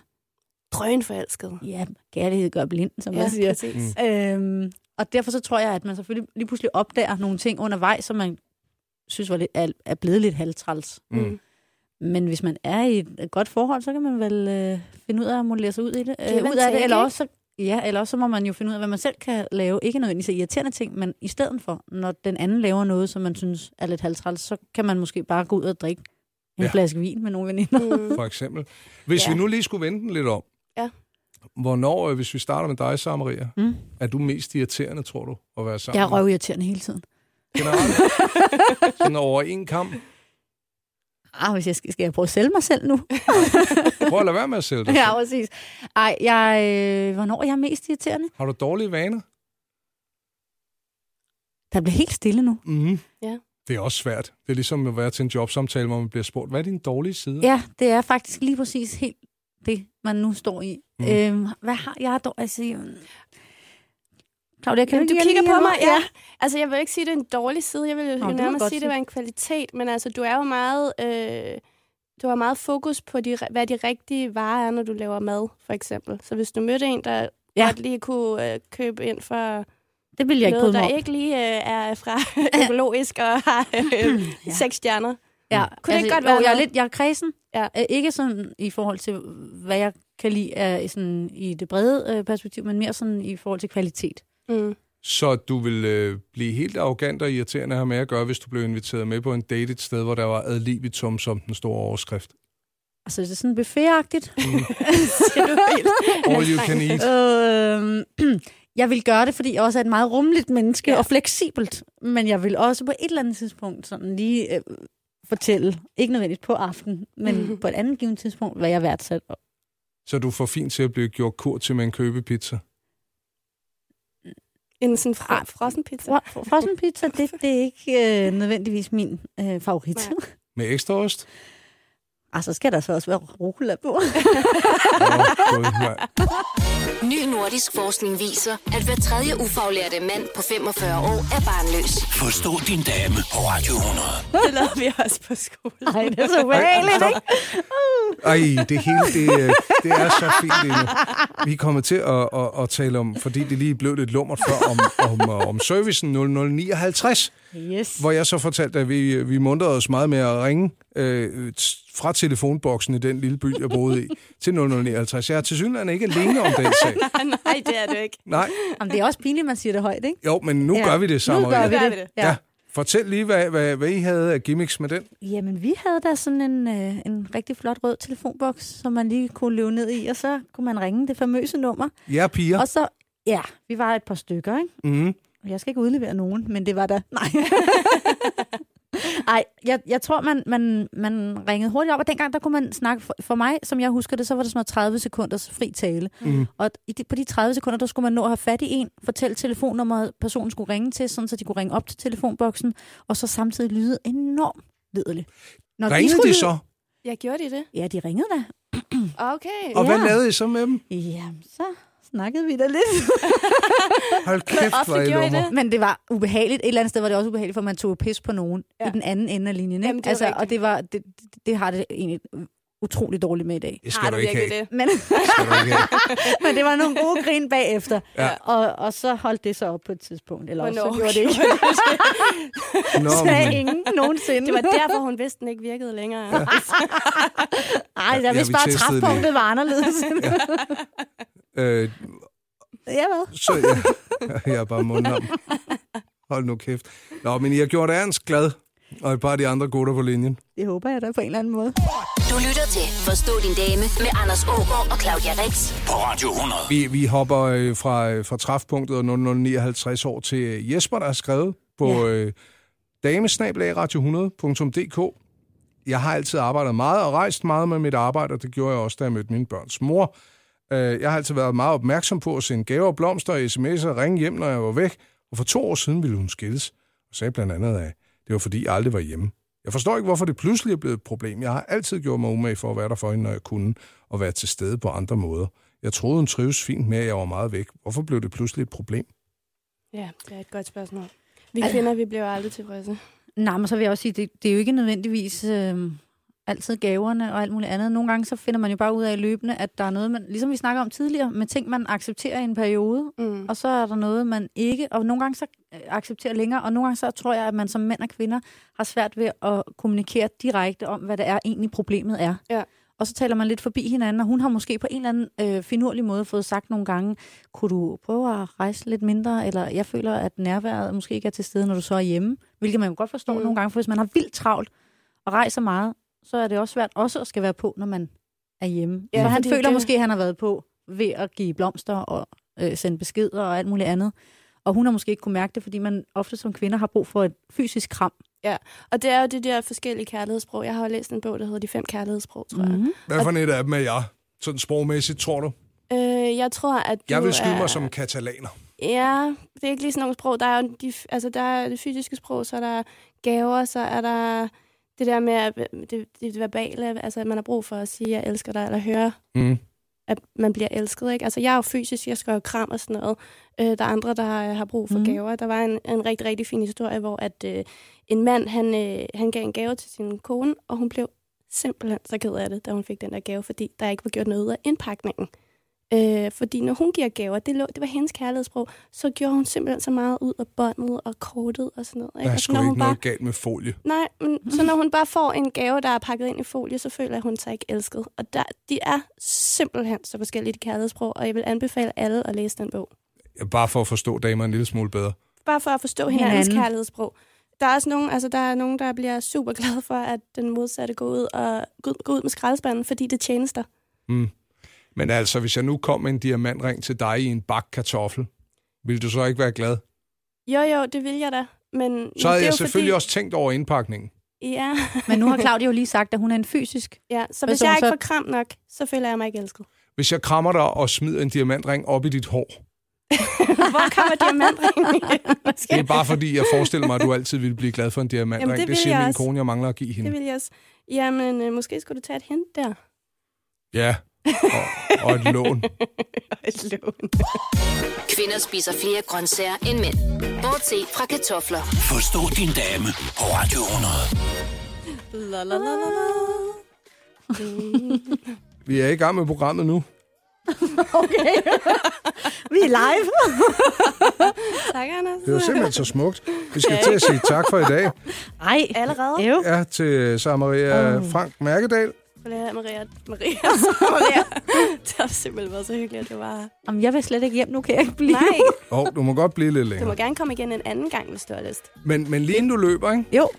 Speaker 4: Drønforelsket.
Speaker 5: ja, kærlighed gør blind, som ja.
Speaker 4: Ja,
Speaker 5: man siger.
Speaker 4: præcis.
Speaker 3: Mm.
Speaker 5: Øhm, og derfor så tror jeg, at man selvfølgelig lige pludselig opdager nogle ting undervejs, som man synes var lidt, er, er blevet lidt halvtræls.
Speaker 3: Mm.
Speaker 5: Men hvis man er i et godt forhold, så kan man vel øh, finde ud af at modellere sig ud, i det, øh,
Speaker 4: Give and
Speaker 5: ud af
Speaker 4: take,
Speaker 5: det. Eller
Speaker 4: ikke?
Speaker 5: også, så, ja, eller også så må man jo finde ud af, hvad man selv kan lave. Ikke nødvendigvis irriterende ting, men i stedet for, når den anden laver noget, som man synes er lidt halvtræls, så kan man måske bare gå ud og drikke en
Speaker 3: Ja.
Speaker 5: ja. flaske vin med nogle veninder.
Speaker 4: Mm.
Speaker 3: For eksempel. Hvis ja.
Speaker 4: Ja.
Speaker 3: vi nu lige skulle vente den lidt om.
Speaker 4: Ja.
Speaker 3: Hvornår, øh, hvis vi starter med dig, Sara Maria,
Speaker 5: Mm.
Speaker 3: er du mest irriterende, tror du, at være sammen?
Speaker 5: Jeg er røvirriterende hele tiden.
Speaker 3: Generelt? Sådan over en kamp.
Speaker 5: Ah, hvis jeg skal, skal jeg prøve at sælge mig selv nu?
Speaker 3: Prøv at lade være med at sælge dig.
Speaker 5: ja,
Speaker 3: Ja.
Speaker 5: præcis. Ej, jeg, øh, hvornår er jeg mest irriterende?
Speaker 3: Har du dårlige vaner?
Speaker 5: Der bliver helt stille nu.
Speaker 3: Mm.
Speaker 4: Ja.
Speaker 3: Det er også svært. Det er ligesom at være til en jobsamtale, hvor man bliver spurgt, hvad er dine dårlige sider?
Speaker 5: Ja, det er faktisk lige præcis helt det, man nu står i.
Speaker 3: Mm.
Speaker 5: Mm. Øhm, hvad har jeg dog? Altså, øhm, Claudia, kan
Speaker 4: Jamen,
Speaker 5: du,
Speaker 4: du
Speaker 5: ikke
Speaker 4: kigger
Speaker 5: lige
Speaker 4: på
Speaker 5: have
Speaker 4: mig, ja. Altså, jeg vil ikke sige, at det er en dårlig side. Jeg vil
Speaker 5: det
Speaker 4: jo
Speaker 5: må du
Speaker 4: nærmere
Speaker 5: godt
Speaker 4: sige, at
Speaker 5: sige.
Speaker 4: det var en kvalitet. Men altså, du er jo meget... Øh, du har meget fokus på, de, hvad de rigtige varer er, når du laver mad, for eksempel. Så hvis du mødte en, der
Speaker 5: Ja.
Speaker 4: ja. godt lige kunne øh, købe ind for
Speaker 5: Det vil jeg ikke bryde
Speaker 4: noget,
Speaker 5: mig
Speaker 4: der
Speaker 5: om.
Speaker 4: ikke lige øh, er fra økologisk og har øh,
Speaker 5: Ja.
Speaker 4: ja. seks stjerner.
Speaker 5: Ja, altså,
Speaker 4: Kunne det ikke godt være
Speaker 5: jo, jeg er
Speaker 4: noget?
Speaker 5: lidt, jeg er kredsen.
Speaker 4: Ja.
Speaker 5: Øh, Ikke sådan i forhold til, hvad jeg kan lide er sådan i det brede øh, perspektiv, men mere sådan i forhold til kvalitet.
Speaker 4: Mm.
Speaker 3: Så du vil øh, blive helt arrogant og irriterende at have med at gøre, hvis du blev inviteret med på en date et sted, hvor der var ad libitum som den store overskrift.
Speaker 5: Altså, det er sådan buffetagtigt.
Speaker 3: All you can eat.
Speaker 5: øhm, jeg vil gøre det, fordi jeg også er et meget rummeligt menneske ja.
Speaker 4: Ja.
Speaker 5: og fleksibelt, men jeg vil også på et eller andet tidspunkt sådan lige øh, fortælle, ikke nødvendigt på aftenen, men på et andet givet tidspunkt, hvad jeg værdsat.
Speaker 3: Så du får fint til at blive gjort kur til med en købepizza.
Speaker 4: En sådan fro- frossen pizza.
Speaker 5: Fro- Frossen pizza, det, det er ikke øh, nødvendigvis min øh, favorit. Altså,
Speaker 4: Nej.
Speaker 3: Med ekstra ost?
Speaker 5: Og så skal der så også være rucola på.
Speaker 3: Åh, Gud, mand.
Speaker 1: Ny nordisk forskning viser, at hver tredje ufaglærte mand på 45 år er barnløs.
Speaker 2: Forstå din dame på Radio 100.
Speaker 4: Det lavede vi også på skolen.
Speaker 5: Nej, det er så ubehageligt,
Speaker 3: stop.
Speaker 5: ikke?
Speaker 3: Ej, det hele, det, øh, det er så fint lige nu. Vi er kommet til at, at, at tale om, fordi det lige blev lidt lummert før, om, om, øh, om servicen 0059,
Speaker 5: Yes.
Speaker 3: hvor jeg så fortalte, at vi, vi mundrede os meget med at ringe øh, t- fra telefonboksen i den lille by, jeg boede i, til 0059. Jeg er til synligheden ikke alene om den sag.
Speaker 4: Nej, det er du ikke.
Speaker 3: Nej,
Speaker 5: Jamen, det er også pinligt, man siger det højt, ikke?
Speaker 3: jo, men nu ja. gør vi det,
Speaker 5: Nu gør
Speaker 3: Samaria.
Speaker 5: vi
Speaker 4: Nu gør
Speaker 5: det.
Speaker 4: vi det.
Speaker 3: Ja. ja. Fortæl lige, hvad, hvad, hvad I havde af gimmicks med den.
Speaker 5: Jamen, vi havde da sådan en, øh, en rigtig flot rød telefonboks, som man lige kunne løbe ned i, og så kunne man ringe det famøse nummer.
Speaker 3: Ja, piger.
Speaker 5: Og så, ja, vi var et par stykker, ikke?
Speaker 3: Mm.
Speaker 5: Jeg skal ikke udlevere nogen, men det var da... Nej. Ej, jeg, jeg tror, man, man, man ringede hurtigt op, og dengang der kunne man snakke, for, for mig, som jeg husker det, så var det sådan noget 30 sekunders fri tale. Mm. Og i de, på de 30 sekunder, der skulle man nå at have fat i en, fortælle telefonnummeret, personen skulle ringe til, sådan så de kunne ringe op til telefonboksen, og så samtidig lyde enormt lideligt. Når
Speaker 3: Ringede
Speaker 5: skulle
Speaker 3: de
Speaker 5: lyde-
Speaker 3: så?
Speaker 4: Jeg gjorde de det.
Speaker 5: Ja, de ringede da.
Speaker 4: Okay.
Speaker 3: Og hvad
Speaker 5: Ja.
Speaker 3: lavede I så med dem?
Speaker 5: Jamen, så snakkede vi da lidt.
Speaker 3: Hold kæft,
Speaker 4: ofte
Speaker 3: hvor I
Speaker 4: gjorde I
Speaker 3: lummer.
Speaker 4: det?
Speaker 5: Men det var ubehageligt. Et eller andet sted var det også ubehageligt, for man tog pis på nogen ja.
Speaker 4: Ja.
Speaker 5: i den anden ende af linjen. Ikke?
Speaker 4: Jamen, det er
Speaker 5: altså,
Speaker 4: rigtigt.
Speaker 5: og det, var, det, det- det har det egentlig utrolig dårligt med i dag.
Speaker 3: Det
Speaker 4: Har
Speaker 3: skal du
Speaker 4: du
Speaker 3: ikke have.
Speaker 4: virkelig det?
Speaker 5: Men,
Speaker 3: Skal du ikke have.
Speaker 5: men det var nogle gode grin bagefter.
Speaker 3: Ja.
Speaker 5: Og, og så holdt det så op på et tidspunkt. Eller også, så
Speaker 4: Hvornår
Speaker 5: gjorde det
Speaker 3: Nå,
Speaker 5: ikke.
Speaker 3: men-
Speaker 5: Sagde ingen nogensinde.
Speaker 4: Det var derfor, hun vidste, den ikke virkede længere.
Speaker 5: Ej,
Speaker 3: Ja,
Speaker 5: jeg vidste
Speaker 3: vi
Speaker 5: bare, at
Speaker 3: testede
Speaker 5: træfpunktet var anderledes.
Speaker 3: Øh,
Speaker 5: ja, hvad?
Speaker 3: så jeg, jeg er bare munden om. Hold nu kæft. Nå, men I har gjort Ernst glad, og et par af de andre gutter på linjen.
Speaker 5: Det håber jeg da på en eller anden måde.
Speaker 1: Du lytter til Forstå din dame med Anders Ågaard og Claudia Rex.
Speaker 2: På Radio 100.
Speaker 3: Vi, vi hopper øh, fra, øh, fra træfpunktet og 0059 år til øh, Jesper, der har skrevet på ja.
Speaker 5: Ja.
Speaker 3: øh, damesnabelagradio100.dk. Jeg har altid arbejdet meget og rejst meget med mit arbejde, og det gjorde jeg også, da jeg mødte min børns mor. Øh, jeg har altid været meget opmærksom på at sende gaver, blomster og sms'er og ringe hjem, når jeg var væk. Og for to år siden ville hun skilles, og sagde blandt andet, at det var fordi, jeg aldrig var hjemme. Jeg forstår ikke, hvorfor det pludselig er blevet et problem. Jeg har altid gjort mig umage for at være der for hende, når jeg kunne, og være til stede på andre måder. Jeg troede, hun trives fint med, at jeg var meget væk. Hvorfor blev det pludselig et problem?
Speaker 4: Ja, det er et godt spørgsmål. Vi kvinder, vi bliver aldrig tilfredse.
Speaker 5: Nej, men så vil jeg også sige, det, det er jo ikke nødvendigvis øh, altid gaverne og alt muligt andet. Nogle gange så finder man jo bare ud af løbende, at der er noget, man, ligesom vi snakker om tidligere, med ting, man accepterer i en periode,
Speaker 4: Mm.
Speaker 5: og så er der noget, man ikke, og nogle gange så øh, accepterer længere, og nogle gange så tror jeg, at man som mænd og kvinder har svært ved at kommunikere direkte om, hvad det er egentlig problemet er.
Speaker 4: Ja.
Speaker 5: Og så taler man lidt forbi hinanden, og hun har måske på en eller anden øh, finurlig måde fået sagt nogle gange, kunne du prøve at rejse lidt mindre, eller jeg føler, at nærværet måske ikke er til stede, når du så er hjemme, hvilket man jo godt forstår mm.
Speaker 4: Mm.
Speaker 5: nogle gange, for hvis man har vildt travlt og rejser meget, så er det også svært også at skal være på, når man er hjemme.
Speaker 4: Ja,
Speaker 5: Ja, så han
Speaker 4: fordi
Speaker 5: føler
Speaker 4: det-
Speaker 5: måske, at han har været på ved at give blomster og øh, sende beskeder og alt muligt andet. Og hun har måske ikke kunne mærke det, fordi man ofte som kvinder har brug for et fysisk kram.
Speaker 4: Og det er jo det der forskellige kærlighedssprog. Jeg har jo læst en bog, der hedder De fem kærlighedssprog, tror jeg.
Speaker 3: Hvad for et af dem er jeg? Sådan sprogmæssigt, tror du?
Speaker 4: Øh, jeg tror, at du
Speaker 3: Jeg vil skyde
Speaker 4: er...
Speaker 3: mig som katalaner.
Speaker 4: Ja, det er ikke lige sådan nogle sprog. Der er jo de, altså, der er det fysiske sprog, så er der gaver, så er der det der med at- det, det verbale, altså at man har brug for at sige, jeg elsker dig, eller høre,
Speaker 3: Mm.
Speaker 4: at man bliver elsket. Ikke? Altså, jeg er jo fysisk, jeg skal jo kram og sådan noget. Øh, der er andre, der har, har brug for
Speaker 5: Mhm.
Speaker 4: mm. gaver. Der var en, en rigtig, rigtig fin historie, hvor at, øh, en mand, han, øh, han gav en gave til sin kone, og hun blev simpelthen så ked af det, da hun fik den der gave, fordi der ikke var gjort noget ud af indpakningen. Øh, fordi når hun giver gaver, det, lå, det var hendes kærlighedssprog, så gjorde hun simpelthen så meget ud af båndet og kortet og sådan noget.
Speaker 3: Der er
Speaker 4: Og så
Speaker 3: sgu
Speaker 4: når
Speaker 3: ikke
Speaker 4: hun bare,
Speaker 3: noget galt med folie.
Speaker 4: Nej, men så når hun bare får en gave, der er pakket ind i folie, så føler hun sig ikke elsket. Og der, de er simpelthen så forskellige de kærlighedssprog, og jeg vil anbefale alle at læse den bog.
Speaker 3: Ja, Bare for at forstå damer en lille smule bedre.
Speaker 4: Bare for at forstå hinandens
Speaker 5: Hinanden.
Speaker 4: kærlighedssprog. Der er også nogen, altså der er nogen, der bliver super glade for, at den modsatte går ud, og, går, går ud med skraldespanden, fordi det tjenes dig.
Speaker 3: Men altså, hvis jeg nu kom med en diamantring til dig i en bak kartoffel, ville du så ikke være glad?
Speaker 4: Jo, jo, det vil jeg da. Men
Speaker 3: Så havde
Speaker 4: det er
Speaker 3: jeg
Speaker 4: jo
Speaker 3: selvfølgelig
Speaker 4: fordi,
Speaker 3: også tænkt over indpakningen.
Speaker 4: Ja,
Speaker 5: Men nu har Claudia jo lige sagt, at hun er en fysisk.
Speaker 4: ja. så
Speaker 5: Hvis
Speaker 4: hvis jeg
Speaker 5: hun
Speaker 4: ikke
Speaker 5: så-
Speaker 4: får kram nok, så føler jeg mig ikke elsket.
Speaker 3: Hvis jeg krammer dig og smider en diamantring op i dit hår,
Speaker 4: Hvor kommer diamantringen?
Speaker 3: det er bare fordi, jeg forestiller mig, at du altid ville blive glad for en diamantring.
Speaker 4: Jamen,
Speaker 3: det,
Speaker 4: det
Speaker 3: det
Speaker 4: vil
Speaker 3: siger
Speaker 4: jeg
Speaker 3: min
Speaker 4: også.
Speaker 5: Mm.
Speaker 3: kone, jeg mangler at give hende.
Speaker 4: Det vil jeg også. Jamen, øh, måske skulle du tage et hint der.
Speaker 3: Ja, og et lån.
Speaker 4: Et lån.
Speaker 1: Kvinder spiser flere grøntsager end mænd. Bortset fra kartofler.
Speaker 2: Forstå din dame på Radio 100.
Speaker 4: La, la, la, la, la.
Speaker 3: Vi er i gang med programmet nu.
Speaker 5: Okay. Vi er live.
Speaker 4: Tak, Anders.
Speaker 3: Det var simpelthen så smukt. Vi skal til at sige tak for i dag.
Speaker 5: Ej.
Speaker 4: Allerede?
Speaker 5: Ev.
Speaker 3: Ja, til Sara Maria Frank Mærkedal.
Speaker 4: Maria, Maria, Maria, Maria. Det har simpelthen været så hyggeligt, at du var her.
Speaker 5: Jamen, jeg vil slet ikke hjem, nu kan jeg ikke blive.
Speaker 4: Nej,
Speaker 3: Og du må godt blive lidt
Speaker 4: du må
Speaker 3: længere.
Speaker 4: gerne komme igen en anden gang, hvis du har lyst.
Speaker 3: Men, men lige inden du løber, ikke?
Speaker 5: Jo,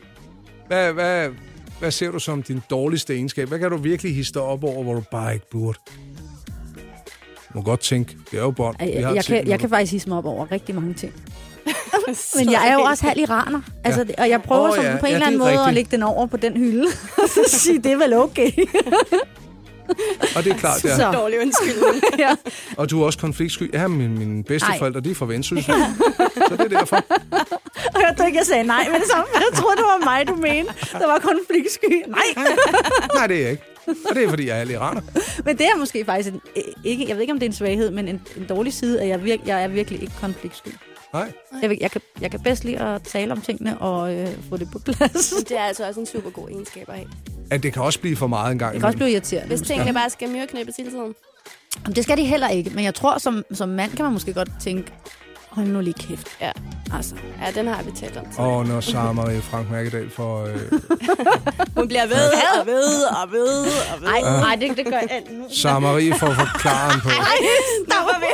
Speaker 3: Hvad, hvad, hvad ser du som din dårligste egenskab? Hvad kan du virkelig hisse op over, hvor du bare ikke burde? Du må godt tænke, det er jo bånd.
Speaker 5: Ej,
Speaker 3: Vi har
Speaker 5: jeg, jeg,
Speaker 3: talt
Speaker 5: kan,
Speaker 3: med
Speaker 5: jeg kan
Speaker 3: dig.
Speaker 5: faktisk hisse mig op over rigtig mange ting. Men jeg er jo også halv iraner. Altså, ja. Og jeg prøver
Speaker 3: Åh,
Speaker 5: oh, sådan
Speaker 3: ja.
Speaker 5: på en
Speaker 3: Ja,
Speaker 5: eller
Speaker 3: det
Speaker 5: anden
Speaker 3: er
Speaker 5: måde at
Speaker 3: rigtigt.
Speaker 5: lægge den over på den hylde. og så sige, det er vel okay.
Speaker 3: Og det er klart,
Speaker 5: Så.
Speaker 3: ja.
Speaker 4: dårlig undskyldning.
Speaker 5: ja.
Speaker 3: Og du er også konfliktsky. Ja, min, mine bedsteforældre, de er fra Vendsyssel. Så det er derfor.
Speaker 5: Og jeg tror ikke, jeg sagde nej med det samme. Jeg troede, det var mig, du mente. Der var konfliktsky. Nej,
Speaker 3: Nej, det er jeg ikke. Og det er, fordi jeg er iraner.
Speaker 5: men det er måske faktisk en, e- ikke, jeg ved ikke, om det er en svaghed, men en, en dårlig side, at jeg, virk, jeg er virkelig ikke konfliktsky.
Speaker 3: Nej.
Speaker 5: Jeg, vil- jeg, kan, jeg kan bedst lide at tale om tingene og øh, få det på plads. Det
Speaker 4: Det er altså også en super god egenskab at have.
Speaker 3: At det kan også blive for meget en gang
Speaker 5: kan også
Speaker 3: imellem.
Speaker 5: blive irriterende.
Speaker 4: Hvis tingene bare skal myreknæppes hele tiden.
Speaker 5: Jamen, det skal de heller ikke, men jeg tror, som, som mand kan man måske godt tænke, hold nu lige kæft.
Speaker 4: Ja.
Speaker 5: Altså,
Speaker 4: Ja, den har vi talt om.
Speaker 3: Og når Sara Marie Frank Mærkedal får... Øh,
Speaker 4: Hun bliver ved og ved og ved og ved.
Speaker 5: nej, nej, det, det gør jeg alt nu.
Speaker 3: Sara Marie får forklaren på.
Speaker 4: Nu får vi,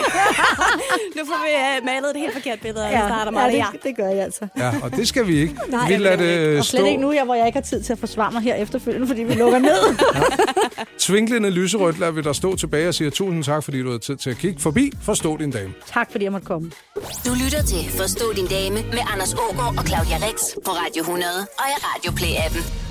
Speaker 4: nu får vi uh, malet et helt forkert billede, og ja. starter
Speaker 5: ja,
Speaker 4: meget
Speaker 5: det,
Speaker 4: ja.
Speaker 5: det gør jeg altså.
Speaker 3: Ja, og det skal vi ikke. Nej, vi
Speaker 5: jeg
Speaker 3: lader
Speaker 5: vil
Speaker 3: det
Speaker 5: Og slet
Speaker 3: stå.
Speaker 5: ikke nu, jeg, hvor jeg ikke har tid til at forsvare mig her efterfølgende, fordi vi lukker ned.
Speaker 3: Tvinklende lyserødt lader vi dig stå tilbage og siger tusind tak, fordi du havde tid til at kigge forbi. Forstå din dame.
Speaker 5: tak fordi jeg måtte komme.
Speaker 1: Du lytter til Forstå din dame med Anders Ågaard og Claudia Rex på Radio 100 og i Radio Play-appen.